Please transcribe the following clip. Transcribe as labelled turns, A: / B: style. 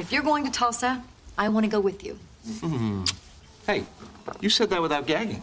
A: If you're going to Tulsa, I want to go with you.
B: Hey, you said that without gagging.